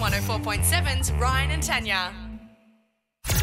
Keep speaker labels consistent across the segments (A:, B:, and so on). A: 104.7's Ryan and Tanya.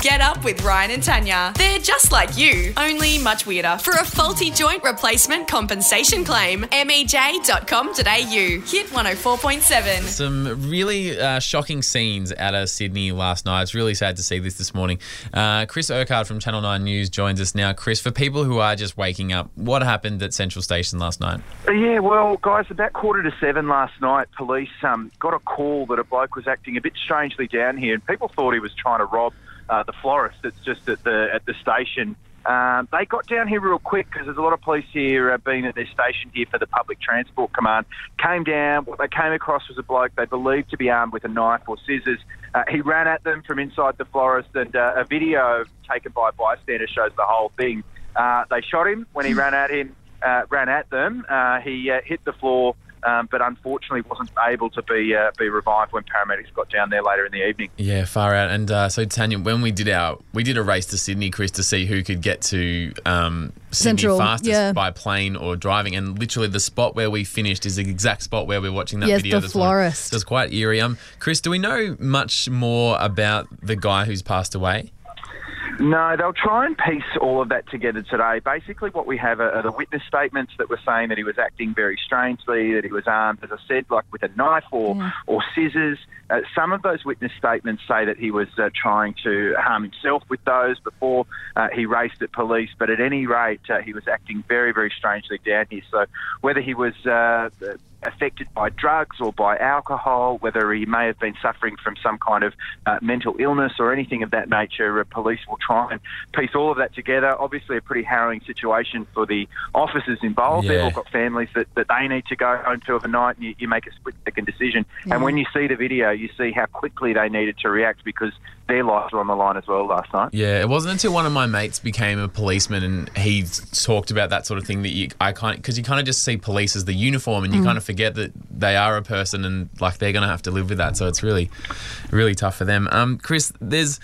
A: Get up with Ryan and Tanya. They're just like you, only much weirder. For a faulty joint replacement compensation claim, E mej.com.au. Hit 104.7.
B: Some really uh, shocking scenes out of Sydney last night. It's really sad to see this this morning. Uh, Chris Urquhart from Channel 9 News joins us now. Chris, for people who are just waking up, what happened at Central Station last night?
C: Uh, Yeah, well, guys, about quarter to seven last night, police um, got a call that a bloke was acting a bit strangely down here, and people thought he was trying to rob uh, the florist that's just at the at the station. Um, they got down here real quick because there's a lot of police here uh, being at their station here for the public transport command. Came down, what they came across was a bloke they believed to be armed with a knife or scissors. Uh, he ran at them from inside the florist, and uh, a video taken by a bystander shows the whole thing. Uh, they shot him when he ran at him, uh, ran at them. Uh, he uh, hit the floor, um, but unfortunately wasn't able to be uh, be revived when paramedics got down there later in the evening.
B: Yeah, far out. And uh, so Tanya, when we did our we did a race to Sydney, Chris, to see who could get to um, Sydney
D: Central,
B: fastest
D: yeah.
B: by plane or driving. And literally, the spot where we finished is the exact spot where we are watching that
D: Yes,
B: video.
D: the
B: this morning.
D: florist.
B: So it's quite eerie. Um, Chris, do we know much more about the guy who's passed away?
C: No, they'll try and piece all of that together today. Basically, what we have are, are the witness statements that were saying that he was acting very strangely, that he was armed, as I said, like with a knife or, or scissors. Uh, some of those witness statements say that he was uh, trying to harm himself with those before uh, he raced at police, but at any rate, uh, he was acting very, very strangely down here. So, whether he was uh, affected by drugs or by alcohol, whether he may have been suffering from some kind of uh, mental illness or anything of that nature. Uh, police will try and piece all of that together. Obviously, a pretty harrowing situation for the officers involved. They've
B: Yeah.
C: all got families that, that they need to go home to overnight, and you, you make a split second decision. And when you see the video, you see how quickly they needed to react because their lives were on the line as well last night.
B: Yeah, it wasn't until one of my mates became a policeman and he talked about that sort of thing that you, I kind because you kind of just see police as the uniform and you
D: Mm.
B: kind of forget that they are a person and like they're gonna have to live with that. So it's really, really tough for them. Um, Chris, there's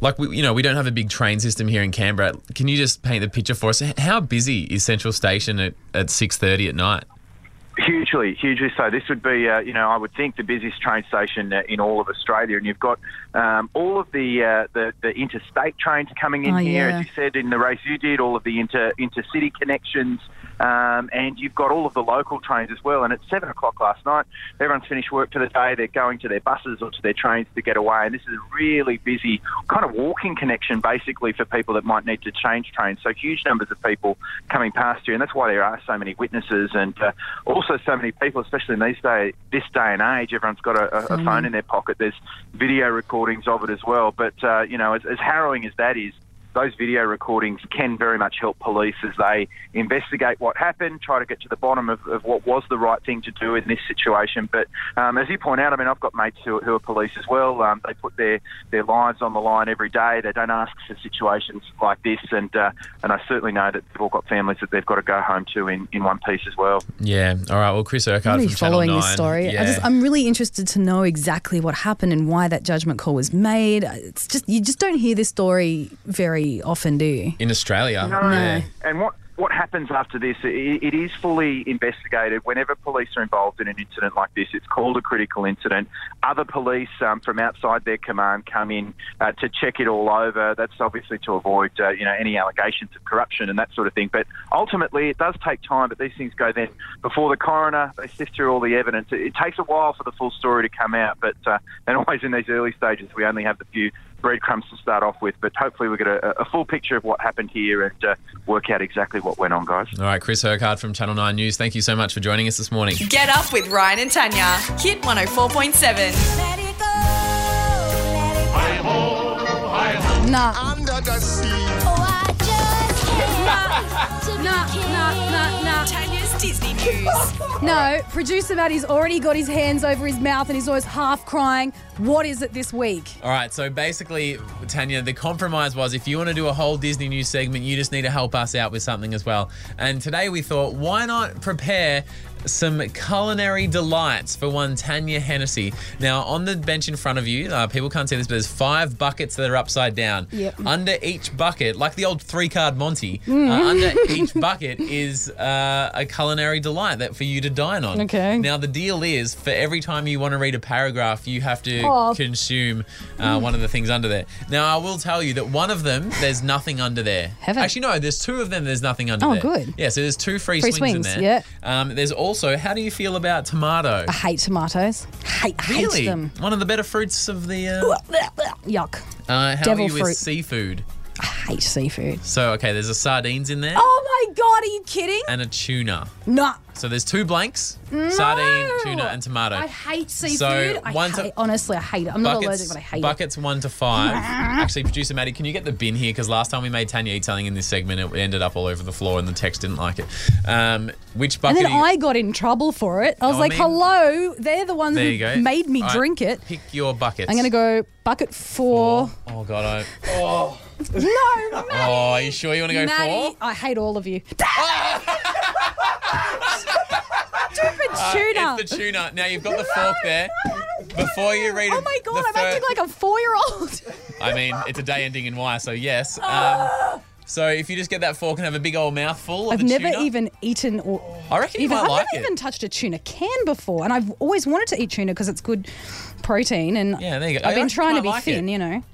B: like we, you know we don't have a big train system here in Canberra. Can you just paint the picture for us? H- How busy is Central Station at at six thirty at night?
C: Hugely, hugely so. This would be, uh, you know, I would think the busiest train station uh, in all of Australia, and you've got um, all of the, uh, the the interstate trains coming in
D: Oh,
C: here,
D: yeah.
C: as you said in the race you did, all of the inter intercity connections, um, and you've got all of the local trains as well. And at seven o'clock last night, everyone's finished work for the day. They're going to their buses or to their trains to get away, and this is a really busy kind of walking connection, basically, for people that might need to change trains. So huge numbers of people coming past you, and that's why there are so many witnesses and uh, also so many people, especially in these day this day and age. Everyone's got a, a, a phone in their pocket. There's video recordings of it as well. But uh, you know, as, as harrowing as that is, those video recordings can very much help police as they investigate what happened, try to get to the bottom of, of what was the right thing to do in this situation. But um, as you point out, I mean, I've got mates who, who are police as well. Um, they put their, their lives on the line every day. They don't ask for situations like this. And, uh, and I certainly know that they've all got families that they've got to go home to in, in one piece as well.
B: Yeah. All right. Well, Chris Urquhart
D: I'm really
B: from Channel
D: following
B: Nine.
D: this story. I just,
B: Yeah.
D: I'm really interested to know exactly what happened and why that judgment call was made. It's just you just don't hear this story very often, do you?
B: in Australia.
C: No.
B: Yeah.
C: And what what happens after this? i it is fully investigated. Whenever police are involved in an incident like this, it's called a critical incident. Other police um, from outside their command come in uh, to check it all over. That's obviously to avoid uh, you know any allegations of corruption and that sort of thing. But ultimately, it does take time. But these things go then before the coroner. They sift through all the evidence. It, it takes a while for the full story to come out. But uh, and always in these early stages, we only have the few breadcrumbs to start off with, but hopefully we'll get a, a full picture of what happened here and uh, work out exactly what went on, guys.
B: All right, Chris Urquhart from Channel 9 News, thank you so much for joining us this morning.
A: Get up with Ryan and Tanya. Hit 104.7.
E: Let it go, let it go.
D: Nah,
F: Under the sea.
E: Oh, I just can't to be
D: nah, nah, nah,
E: king.
D: nah.
A: Tanya's Disney News.
D: No, producer Maddie's already got his hands over his mouth and he's always half crying. What is it this week?
B: All right, so basically, Tanya, the compromise was if you want to do a whole Disney news segment, you just need to help us out with something as well. And today we thought, why not prepare some culinary delights for one Tanya Hennessy. Now, on the bench in front of you, uh, people can't see this, but there's five buckets that are upside down.
D: Yep. Mm.
B: Under each bucket, like the old three card Monty, uh, under each bucket is uh, a culinary delight that for you to dine on.
D: Okay.
B: Now, the deal is for every time you want to read a paragraph, you have to
D: Aw.
B: consume uh,
D: Hmm.
B: one of the things under there. Now, I will tell you that one of them, there's nothing under there.
D: Heaven.
B: Actually, no, there's two of them, there's nothing under
D: Oh,
B: there.
D: good.
B: Yeah, so there's two free
D: Free
B: swings, in
D: swings,
B: there.
D: yeah.
B: Um, there's also how do you feel about tomato?
D: I hate tomatoes. Hate,
B: really,
D: hate them.
B: one of the better fruits of the. Uh,
D: Yuck.
B: uh, how are
D: Devil
B: you
D: fruit.
B: with seafood?
D: Hate seafood.
B: So okay, there's a sardines in there
D: Oh my god, are you kidding?
B: and a tuna.
D: Nah.
B: So there's two blanks: sardine, tuna, and tomato.
D: I hate seafood. I
B: one's a-
D: hate, honestly, I hate it. I'm not allergic, but I hate it.
B: buckets one to five. Actually, producer Maddie, can you get the bin here? Because last time we made Tanya eat something in this segment, it ended up all over the floor, and the text didn't like it. Um, which
D: And
B: bucket?
D: then
B: are you-
D: I got in trouble for it. I was
B: I
D: like,
B: mean-
D: hello, they're the ones
B: there
D: who
B: you go.
D: made me
B: All right,
D: drink it.
B: Pick your buckets.
D: I'm going to go bucket four.
B: Oh god, I. Oh,
D: No,
B: oh, are you sure you want to go
D: Maddie,
B: four?
D: I hate all of you. Stupid tuna.
B: Uh, It's the tuna. Now you've got the fork there. Before you read
D: Oh my
B: the
D: god, I'm acting
B: fir-
D: like a four year old.
B: I mean, it's a day ending in Y, so yes. Um, so if you just get that fork and have a big old mouthful of
D: I've
B: the
D: never
B: tuna-
D: even eaten or.
B: I reckon you
D: Even,
B: might
D: I've
B: like
D: never
B: it.
D: even touched a tuna can before, and I've always wanted to eat tuna because it's good protein. And
B: Yeah, there you go.
D: I've
B: I
D: been
B: reckon
D: trying
B: you
D: to be
B: might like
D: thin,
B: it.
D: you know.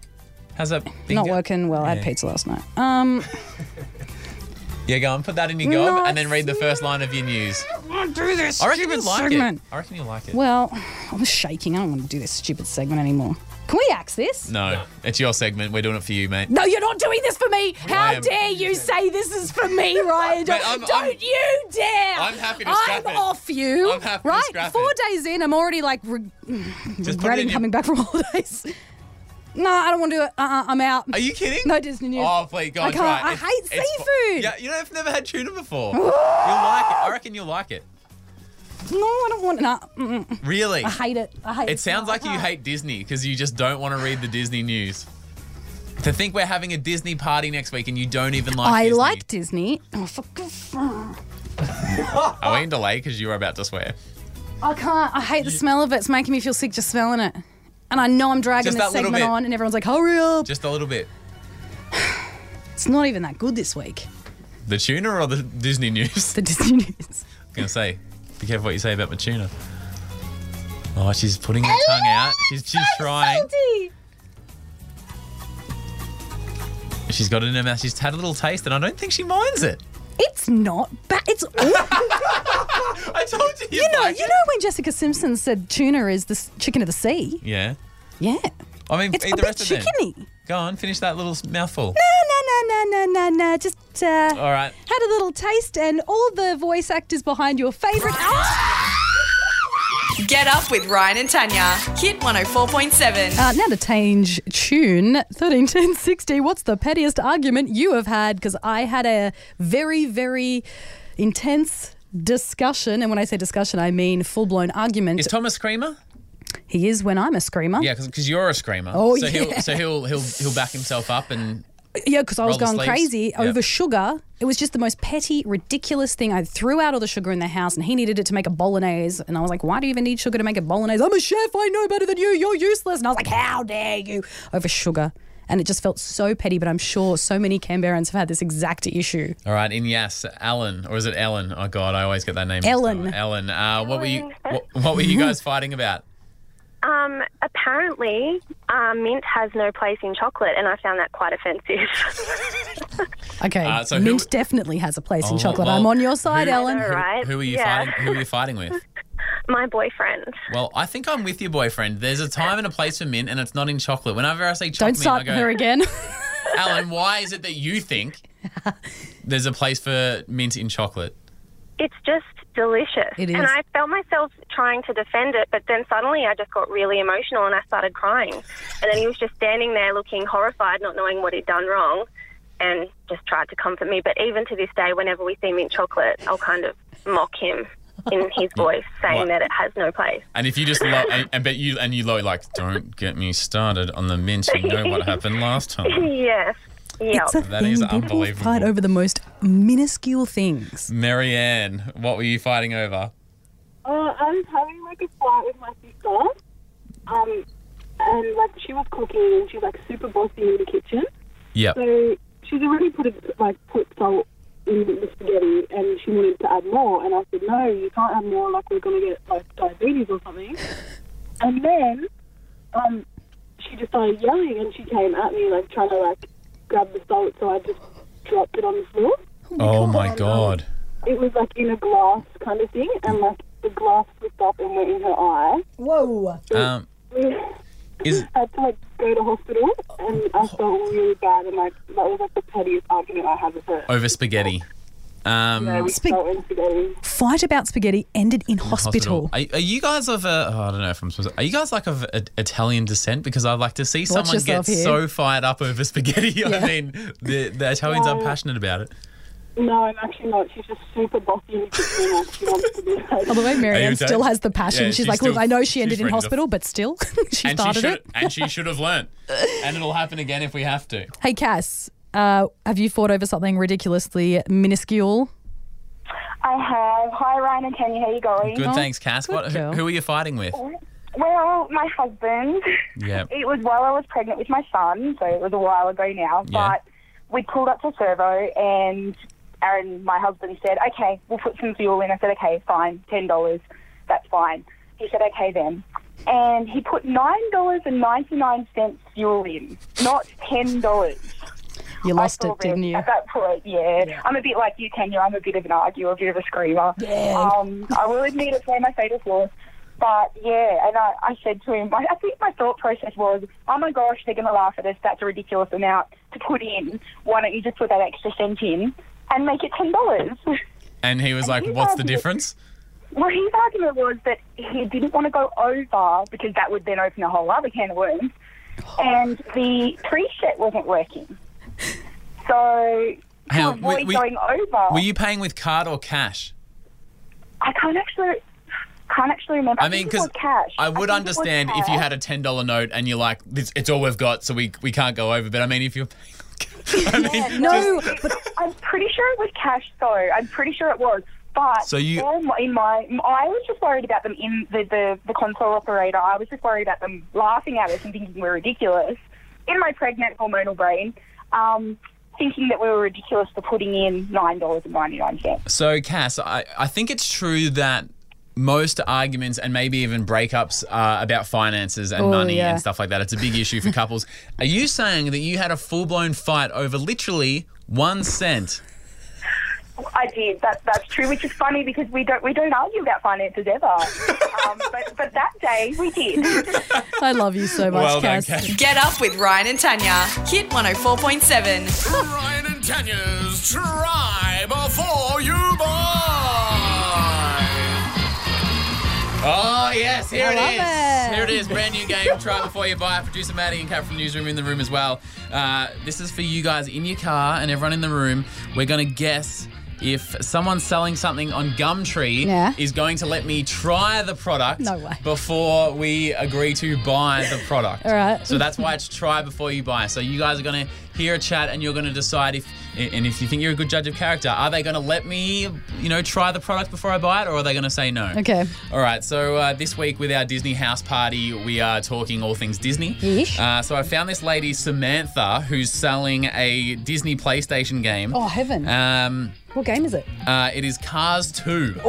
B: How's that? thing
D: Not
B: go-
D: working well. I had
B: Yeah.
D: pizza last night. Um,
B: Yeah, go on. Put that in your gob
D: No,
B: and then read the first line of your news. I do this. I reckon you would
D: stupid
B: like
D: segment.
B: it. I reckon you'll like it.
D: well, I was shaking. I don't want to do this stupid segment anymore. Can we axe this?
B: No, it's your segment. We're doing it for you, mate.
D: No, you're not doing this for me. How
B: am.
D: dare you say this is for me, Ryan?
B: Mate, I'm-
D: Don't
B: I'm-
D: you dare!
B: I'm happy to
D: I'm
B: scrap it.
D: off you.
B: I'm happy to
D: right,
B: scrap
D: four
B: it.
D: days in, I'm already like re-
B: Just put it in
D: regretting
B: your-
D: Mm, coming back from holidays. no, I don't want to do it. Uh-uh, I'm out.
B: Are you kidding?
D: No Disney News.
B: Oh, please, go
D: I
B: on,
D: can't.
B: try it.
D: I
B: It's-
D: hate
B: it's fu-
D: seafood.
B: Yeah, you know, I've never had tuna before. you'll like it. I reckon you'll like it.
D: No, I don't want. Nah, mm-mm.
B: Really?
D: I hate it. I hate Uh-huh. it.
B: It sounds
D: No, I
B: like you
D: can't.
B: hate Disney because you just don't want to read the Disney news. To think we're having a Disney party next week and you don't even like
D: I
B: Disney.
D: like Disney. Oh, for good-
B: Are we in delay because you were about to swear?
D: I can't. I hate the smell of it. It's making me feel sick just smelling it. And I know I'm dragging
B: Just
D: this
B: that little
D: segment
B: bit.
D: on, and everyone's like, "Hurry up!"
B: Just a little bit.
D: It's not even that good this week.
B: The tuna or the Disney news?
D: The Disney News.
B: I was going to say, be careful what you say about my tuna. Oh, she's putting her tongue out. She's, she's trying.
D: Salty.
B: She's got it in her mouth. She's had a little taste and I don't think she minds it.
D: It's not bad. It's awful.
B: I told you.
D: you know. You know when Jessica Simpson said tuna is the s- chicken of the sea.
B: Yeah.
D: Yeah,
B: I mean,
D: it's
B: eat the
D: a bit
B: rest of them.
D: chickeny.
B: Go on, finish that little s- mouthful.
D: No, no, no, no, no, no. Just uh,
B: All right.
D: had a little taste, and all the voice actors behind your favourite.
A: Get up with Ryan and Tanya. Hit 104.7.
D: Uh, now to change tune, 131060, what's the pettiest argument you have had? Because I had a very, very intense discussion. And when I say discussion, I mean full blown argument.
B: Is Tom a screamer?
D: he is when I'm a screamer.
B: Yeah, because you're a screamer.
D: Oh,
B: so
D: yeah.
B: He'll, so he'll he'll he'll back himself up and
D: Yeah, because I was
B: Roll the
D: going
B: sleeves.
D: crazy
B: Yeah.
D: over sugar. It was just the most petty, ridiculous thing. I threw out all the sugar in the house and he needed it to make a bolognese. And I was like, why do you even need sugar to make a bolognese? I'm a chef. I know better than you. You're useless. And I was like, how dare you over sugar. And it just felt so petty, but I'm sure so many Canberrans have had this exact issue.
B: all right. In yes, Alan or is it Ellen? Oh God, I always get that name.
D: Ellen.
B: Ellen. Uh, what were you what, what were you guys fighting about?
F: Um, apparently, um, mint has no place in chocolate, and I found that quite offensive.
D: Okay,
B: Uh, so who-
D: mint definitely has a place in
B: Oh,
D: chocolate.
B: well,
D: I'm on your side,
B: who-
D: Ellen.
F: All right.
B: Who are you
F: Yeah.
B: fighting? Who are you fighting with?
F: My boyfriend.
B: Well, I think I'm with your boyfriend. There's a time and a place for mint, and it's not in chocolate. Whenever I say
D: Don't
B: chocolate,
D: start
B: I go,
D: her again.
B: Alan, why is it that you think there's a place for mint in chocolate?
F: It's just delicious.
D: It
F: And
D: is.
F: I felt myself trying to defend it, but then suddenly I just got really emotional and I started crying. And then he was just standing there looking horrified, not knowing what he'd done wrong, and just tried to comfort me. But even to this day, whenever we see mint chocolate, I'll kind of mock him in his voice, saying
B: What?
F: that it has no place.
B: And if you just low, and, and but you and you low like, don't get me started on the mint. You know what happened last time.
F: Yes. Yeah.
D: it's a
B: That
D: thing.
B: is
D: People
B: unbelievable.
D: fight over the most minuscule things.
B: Marianne, what were you fighting over?
G: Uh, I was having like a fight with my sister, um, and like she was cooking and she was like super bossy in the kitchen.
B: Yep.
G: So she's already put a, like put salt in the spaghetti, and she wanted to add more, and I said no, you can't add more, like we're gonna get like diabetes or something. and then, um, she just started yelling, and she came at me like trying to like grab the salt, so I just dropped it on the floor.
B: Oh my god.
G: It was like in a glass kind of thing, and like the glass slipped off and went in her eye.
D: Whoa.
B: Um, is
G: I had to like go to hospital, and
D: Oh.
G: I felt really bad, and like that was like the pettiest argument I had with her.
B: over spaghetti. Um,
G: So we
D: Spag-
G: felt instigated.
D: Fight about spaghetti ended in hospital.
B: Are, are you guys of a? Oh, I don't know if I'm supposed. To, are you guys like of a, Italian descent? Because I'd like to see someone get
D: yourself here.
B: so fired up over spaghetti.
D: Yeah.
B: I mean, the, the Italians are passionate about it.
G: No, I'm actually not. She's just super bossy in the kitchen, and she wants to be like.
D: By the way,
B: Are you
D: Marianne
B: okay?
D: still has the passion.
B: Yeah,
D: she's,
B: she's
D: like, look,
B: still-
D: I know she ended
B: she's
D: in
B: ready to-
D: hospital, but still, she
B: And she
D: started
B: should.
D: it.
B: And she should have learnt. And it'll happen again if we have to.
D: Hey, Cass, uh, have you fought over something ridiculously minuscule?
H: I have. Hi, Ryan and Tanya. How you going?
B: Good. Thanks, Cass.
D: good
B: What? Who,
D: girl.
B: who are you fighting with?
H: Oh, Well, my husband.
B: Yeah.
H: It was while I was pregnant with my son, so it was a while ago now.
B: Yeah.
H: But we pulled up to servo, and Aaron, my husband, said, "Okay, we'll put some fuel in." I said, "Okay, fine, ten dollars. That's fine." He said, "Okay then." And he put nine dollars and ninety nine cents fuel in, not ten dollars.
D: You lost
H: I saw
D: it, didn't
H: red
D: you?
H: At that point, yeah. I'm a bit like you, Tanya. I'm a bit of an arguer, a bit of a screamer.
D: Yeah.
H: Um, I will admit it's one of my fatal flaws. But yeah, and I, I said to him, I, I think my thought process was, oh my gosh, they're going to laugh at us. That's a ridiculous amount to put in. Why don't you just put that extra cent in and make it ten dollars?
B: And he was like,
H: he's
B: "What's the
H: arguing-
B: difference?"
H: well, his argument was that he didn't want to go over because that would then open a whole other can of worms, and the preset wasn't working. So
B: Hang
H: to
B: on,
H: avoid
B: we- we-
H: going over.
B: Were you paying with card or cash?
H: I can't actually can't actually remember.
B: I mean,
H: think it was
B: because
H: cash.
B: I would
H: think it was
B: understand if you
H: cash.
B: had a ten dollar note and you're like, "This- "It's all we've got, so we we can't go over." But I mean, if you're paying, I mean,
D: no, but
H: I'm pretty sure it was cash, though. I'm pretty sure it was. But
B: So you-
H: all my- in my, I was just worried about them in the, the the console operator. I was just worried about them laughing at us and thinking we're ridiculous. In my pregnant hormonal brain, um, thinking that we were ridiculous for putting in nine dollars and ninety nine cents.
B: So, Cass, I, I think it's true that most arguments and maybe even breakups are about finances and
D: Oh,
B: money
D: yeah.
B: and stuff like that. It's a big issue for couples. Are you saying that you had a full blown fight over literally one cent?
H: I did. That, that's true, which is funny because we don't we don't argue about finances ever. um, but, but that day we did.
D: I love you so much,
B: Well done,
D: Cass.
B: Cass.
A: Get up with Ryan and Tanya. Hit 104.7.
I: Ryan and Tanya's Try Before You Buy.
B: Oh, yes, here it
D: love
B: is.
D: it.
B: Here it is. Brand new game. Try before you buy. Producer Maddie and Kat from Newsroom in the room as well. Uh, this is for you guys in your car and everyone in the room. We're going to guess if someone selling something on Gumtree
D: Yeah.
B: is going to let me try the product
D: No way.
B: before we agree to buy the product.
D: All right.
B: So that's why it's try before you buy. So you guys are going to hear a chat and you're going to decide if and if you think you're a good judge of character, are they going to let me, you know, try the product before I buy it or are they going to say no?
D: Okay.
B: All right, so uh, this week with our Disney house party, we are talking all things Disney.
D: Yeesh.
B: Uh, so I found this lady, Samantha, who's selling a Disney PlayStation game.
D: Oh, heaven.
B: Um,
D: what game is it?
B: uh, it is Cars 2.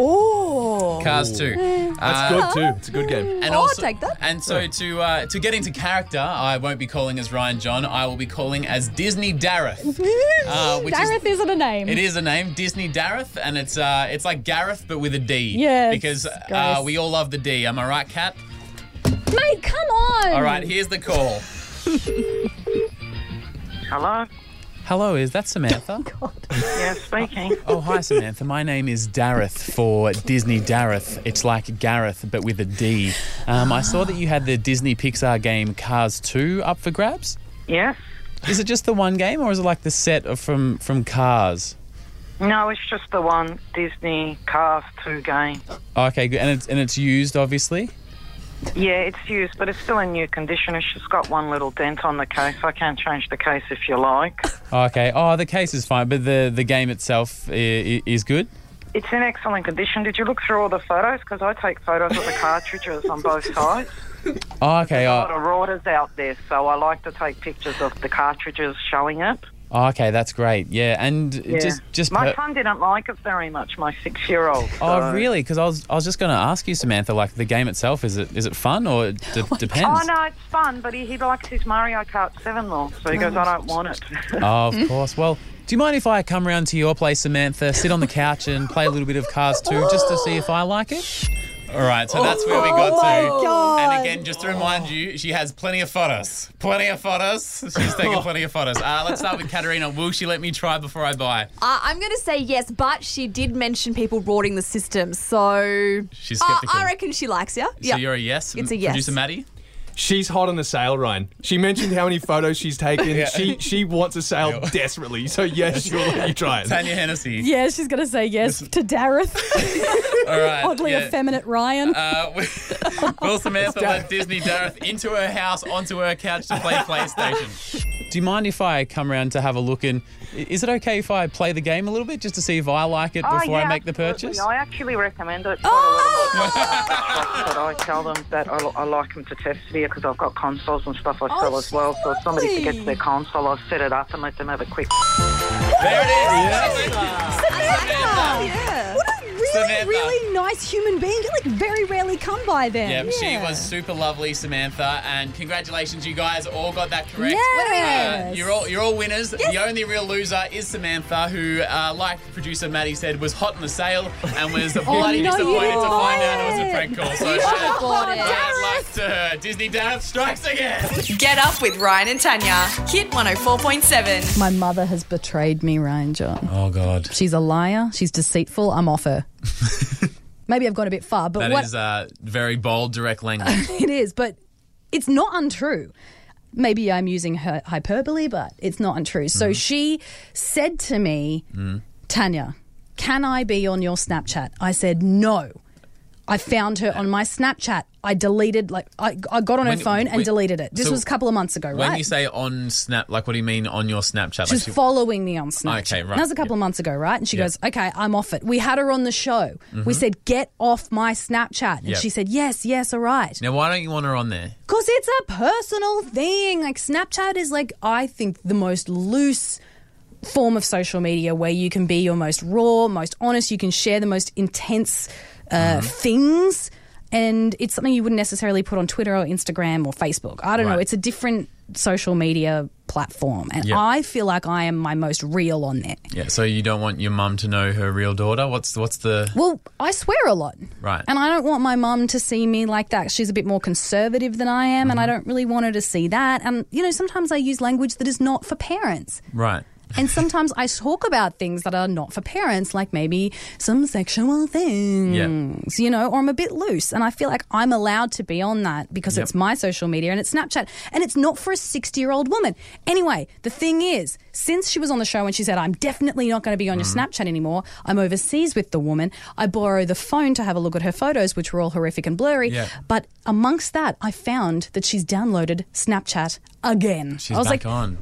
D: Oh.
B: Cars Uh, 2.
I: That's good too. It's a good game.
B: And
D: Oh, I'll
B: also,
D: take that.
B: And so to uh, to get into character, I won't be calling as Ryan John. I will be calling as Disney Dareth. Uh, which is-
D: Dareth is, not a name.
B: It is a name, Disney Dareth, and it's uh, it's like Gareth but with a D.
D: Yes,
B: Because uh,
D: gross.
B: we all love the D. Am I right, Kat?
D: Mate, come on.
B: All right, here's the call.
C: Hello?
B: Hello, is that Samantha?
C: Yeah, speaking.
B: oh, hi, Samantha. My name is Dareth for Disney Dareth. It's like Gareth, but with a D. Um, I saw that you had the Disney Pixar game Cars 2 up for grabs.
C: Yes?
B: Is it just the one game, or is it like the set of from, from Cars?
C: No, it's just the one Disney Cars 2 game.
B: Okay, good. And it's, and it's used, obviously.
C: Yeah, it's used, but it's still in new condition. It's just got one little dent on the case. I can change the case if you like.
B: Okay. Oh, the case is fine, but the, the game itself is, is good.
J: It's in excellent condition. Did you look through all the photos? Because I take photos of the cartridges on both sides.
B: Oh, okay.
J: A lot
B: Oh,
J: of rorters out there, so I like to take pictures of the cartridges showing up.
B: oh, okay. That's great. Yeah, and just just.
J: my
B: per-
J: son didn't like it very much. My six-year-old.
B: Oh
J: so-
B: really? Because I was I was just going to ask you, Samantha. Like the game itself, is it is it fun or it d- depends?
J: Oh no, it's fun, but he, he likes his Mario Kart Seven more, so he goes, "I don't want it."
B: Oh, of course. Well, do you mind if I come round to your place, Samantha, sit on the couch and play a little bit of Cars 2 just to see if I like it? All right, so that's where we got to. And again, just to remind you, she has plenty of photos. Plenty of photos. She's taken plenty of photos. Uh, let's start with Katerina. Will she let me try before I buy?
K: Uh, I'm going to say yes, but she did mention people rorting the system, so
B: She's
K: Uh,
B: skeptical.
K: I reckon she likes you.
B: So you're a yes?
K: It's a yes.
B: Producer Maddie?
L: She's hot on the sale, Ryan. She mentioned how many photos she's taken. She she wants a sale desperately. So yes, she'll let you try it.
B: Tanya Hennessy.
D: Yeah, she's going to say yes to Dareth.
B: All right.
D: Oddly
B: yeah.
D: effeminate Ryan.
B: Uh, Will Samantha let Disney Dareth into her house, onto her couch to play PlayStation. Do you mind if I come round to have a look? And i- is it okay if I play the game a little bit just to see if I like it before I
J: Oh, yeah,
B: make the
J: absolutely.
B: purchase?
J: I actually recommend it.
D: Oh!
J: Oh! but I tell them that I, I like them to test it here because I've got consoles and stuff I
K: Oh,
J: sell as well. So if somebody forgets their console, I set it up and let them have a quick.
B: There it is.
D: Samantha! What a really,
B: Samantha.
D: really nice human being. You're like very rarely come by them.
B: Yep, she was super lovely, Samantha, and congratulations, you guys all got that correct.
D: Yes.
B: Uh, you're all you're all winners. The only real loser is Samantha, who, uh, like producer Maddie said, was hot in the sale and was
K: Oh,
B: bloody
D: no, you
B: disappointed
D: didn't
B: to find out it was a
D: buy
B: prank call. So
K: You should have bought it.
B: bad luck to her. Disney Dad strikes again.
A: Get up with Ryan and Tanya. Hit 104.7.
D: My mother has betrayed me, Ryan John.
B: Oh God,
D: She's a liar. She's deceitful. I'm off her. Maybe I've gone a bit far, but
B: that is
D: what
B: uh, very bold, direct language.
D: it is, but it's not untrue. Maybe I'm using her hyperbole, but it's not untrue.
B: Mm-hmm.
D: So she said to me,
B: Mm.
D: Tanya, can I be on your Snapchat? I said, no. I found her on my Snapchat. I deleted, like, I, I got on
B: When-
D: her phone and
B: when-
D: deleted it. This
B: so
D: was a couple of months ago,
B: When
D: right?
B: you say on Snap, like what do you mean on your Snapchat?
D: She was
B: like, she-
D: following me on Snapchat.
B: Okay, right.
D: And That was a couple of months ago, right? And she
B: Yep.
D: goes, "Okay, I'm off it." We had her on the show.
B: Mm-hmm.
D: We said, "Get off my Snapchat," and
B: Yep.
D: she said, "Yes, yes, all right."
B: now, why don't you want her on there?
D: Because it's a personal thing. Like, Snapchat is like, I think, the most loose form of social media where you can be your most raw, most honest, you can share the most intense uh,
B: Mm-hmm.
D: things. And it's something you wouldn't necessarily put on Twitter or Instagram or Facebook. I don't know.
B: Right.
D: It's a different social media platform. And
B: Yeah.
D: I feel like I am my most real on there.
B: Yeah, so you don't want your mum to know her real daughter? What's what's the
D: Well, I swear a lot.
B: Right.
D: And I don't want my mum to see me like that. She's a bit more conservative than I am, and I don't really want her to see that. And, you know, sometimes I use language that is not for parents.
B: right?
D: And sometimes I talk about things that are not for parents, like maybe some sexual things, you know, or I'm a bit loose. And I feel like I'm allowed to be on that because
B: Yep.
D: it's my social media and it's Snapchat. And it's not for a 60 year old woman. Anyway, the thing is, since she was on the show and she said, I'm definitely not going to be on your
B: Mm-hmm.
D: Snapchat anymore, I'm overseas with the woman, I borrow the phone to have a look at her photos, which were all horrific and blurry.
B: Yeah.
D: But amongst that, I found that she's downloaded Snapchat again.
B: She's
D: I was
B: back
D: like,
B: on.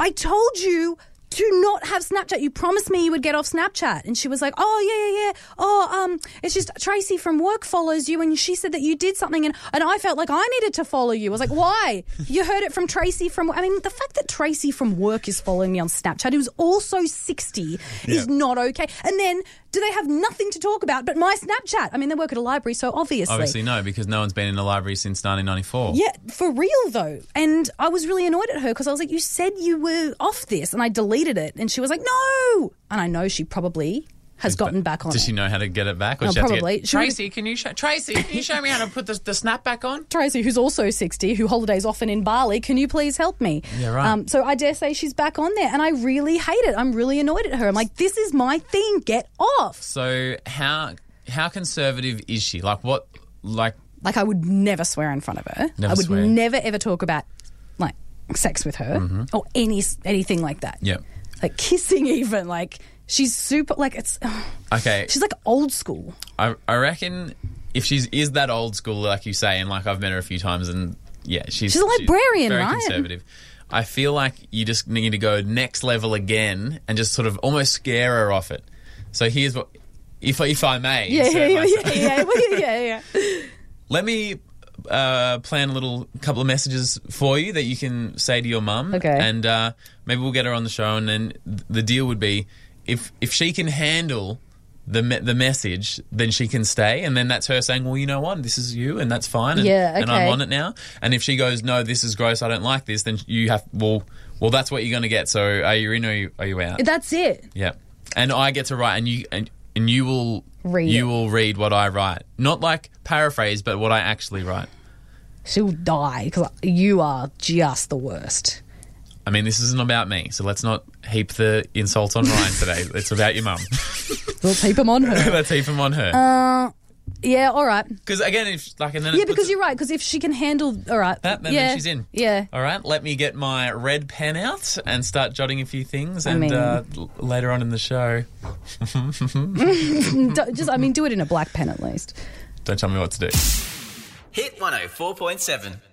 D: I told you to not have Snapchat. You promised me you would get off Snapchat. And she was like, Oh, yeah, yeah, yeah. Oh, um, it's just Tracy from work follows you. And she said that you did something. And, and I felt like I needed to follow you. I was like, Why? you heard it from Tracy from. I mean, the fact that Tracy from work is following me on Snapchat, who's also 60,
B: Yeah.
D: is not okay. And then do they have nothing to talk about but my Snapchat? I mean, they work at a library, so obviously.
B: Obviously no, because no one's been in the library since 1994.
D: Yeah, for real though. And I was really annoyed at her because I was like, you said you were off this, and I deleted it, and she was like, no. And I know she probably has gotten back on
B: Does
D: it.
B: she know how to get it back? Or
D: Oh,
B: she had to get-
D: probably. She would've-
B: Tracy, can you show Tracy? Can you show me how to put the, the snap back on?
D: Tracy, who's also 60, who holidays often in Bali, can you please help me? Um,
B: Yeah, right.
D: so I dare say she's back on there, and I really hate it. I'm really annoyed at her. I'm like, this is my thing. Get off.
B: So how how conservative is she? Like what? Like
D: Like, I would never swear in front of her.
B: Never
D: I would
B: swear.
D: never, ever talk about, like, sex with her or any anything like that.
B: Mm-hmm. yeah.
D: like kissing even like she's super like it's
B: Okay.
D: she's like old school
B: I, I reckon if she's is that old school, like you say, and like I've met her a few times, and yeah, she's
D: She's a librarian,
B: very
D: right?
B: conservative. I feel like you just need to go next level again and just sort of almost scare her off it. So here's what if if I may,
D: Yeah, yeah,
B: insert
D: yeah,
B: myself.
D: yeah, yeah, yeah, yeah, yeah.
B: Let me uh, plan a little couple of messages for you that you can say to your mum.
D: Okay.
B: And uh, maybe we'll get her on the show, and then th- the deal would be if if she can handle. The, me- the message, then she can stay, and then that's her saying, "Well, you know what? This is you, and that's fine, and,
M: Yeah,
B: and I'm
M: okay.
B: on it now." And if she goes, "No, this is gross. I don't like this," then you have well, well, that's what you're going to get. So, are you in or are you, are you out?
D: That's it.
B: Yeah, and I get to write, and you and, and you will
D: Read
B: you
D: it.
B: will read what I write, not like paraphrase, but what I actually write.
D: She'll die because you are just the worst.
B: I mean, this isn't about me, so let's not heap the insults on Ryan today. It's about your mum.
D: Let's heap them on her.
B: let's heap them on her.
D: Uh, yeah, all right.
B: Because again, if like, and then it
D: Yeah,
B: puts
D: because you're right. Because if she can handle, all right,
B: that, then,
D: yeah,
B: then she's in.
D: Yeah,
B: All right, let me get my red pen out and start jotting a few things,
D: I
B: and
D: mean-
B: uh, l- later on in the show, Mm-hmm.
D: Don't- just I mean, do it in a black pen at least.
B: don't tell me what to do.
N: Hit 104.7.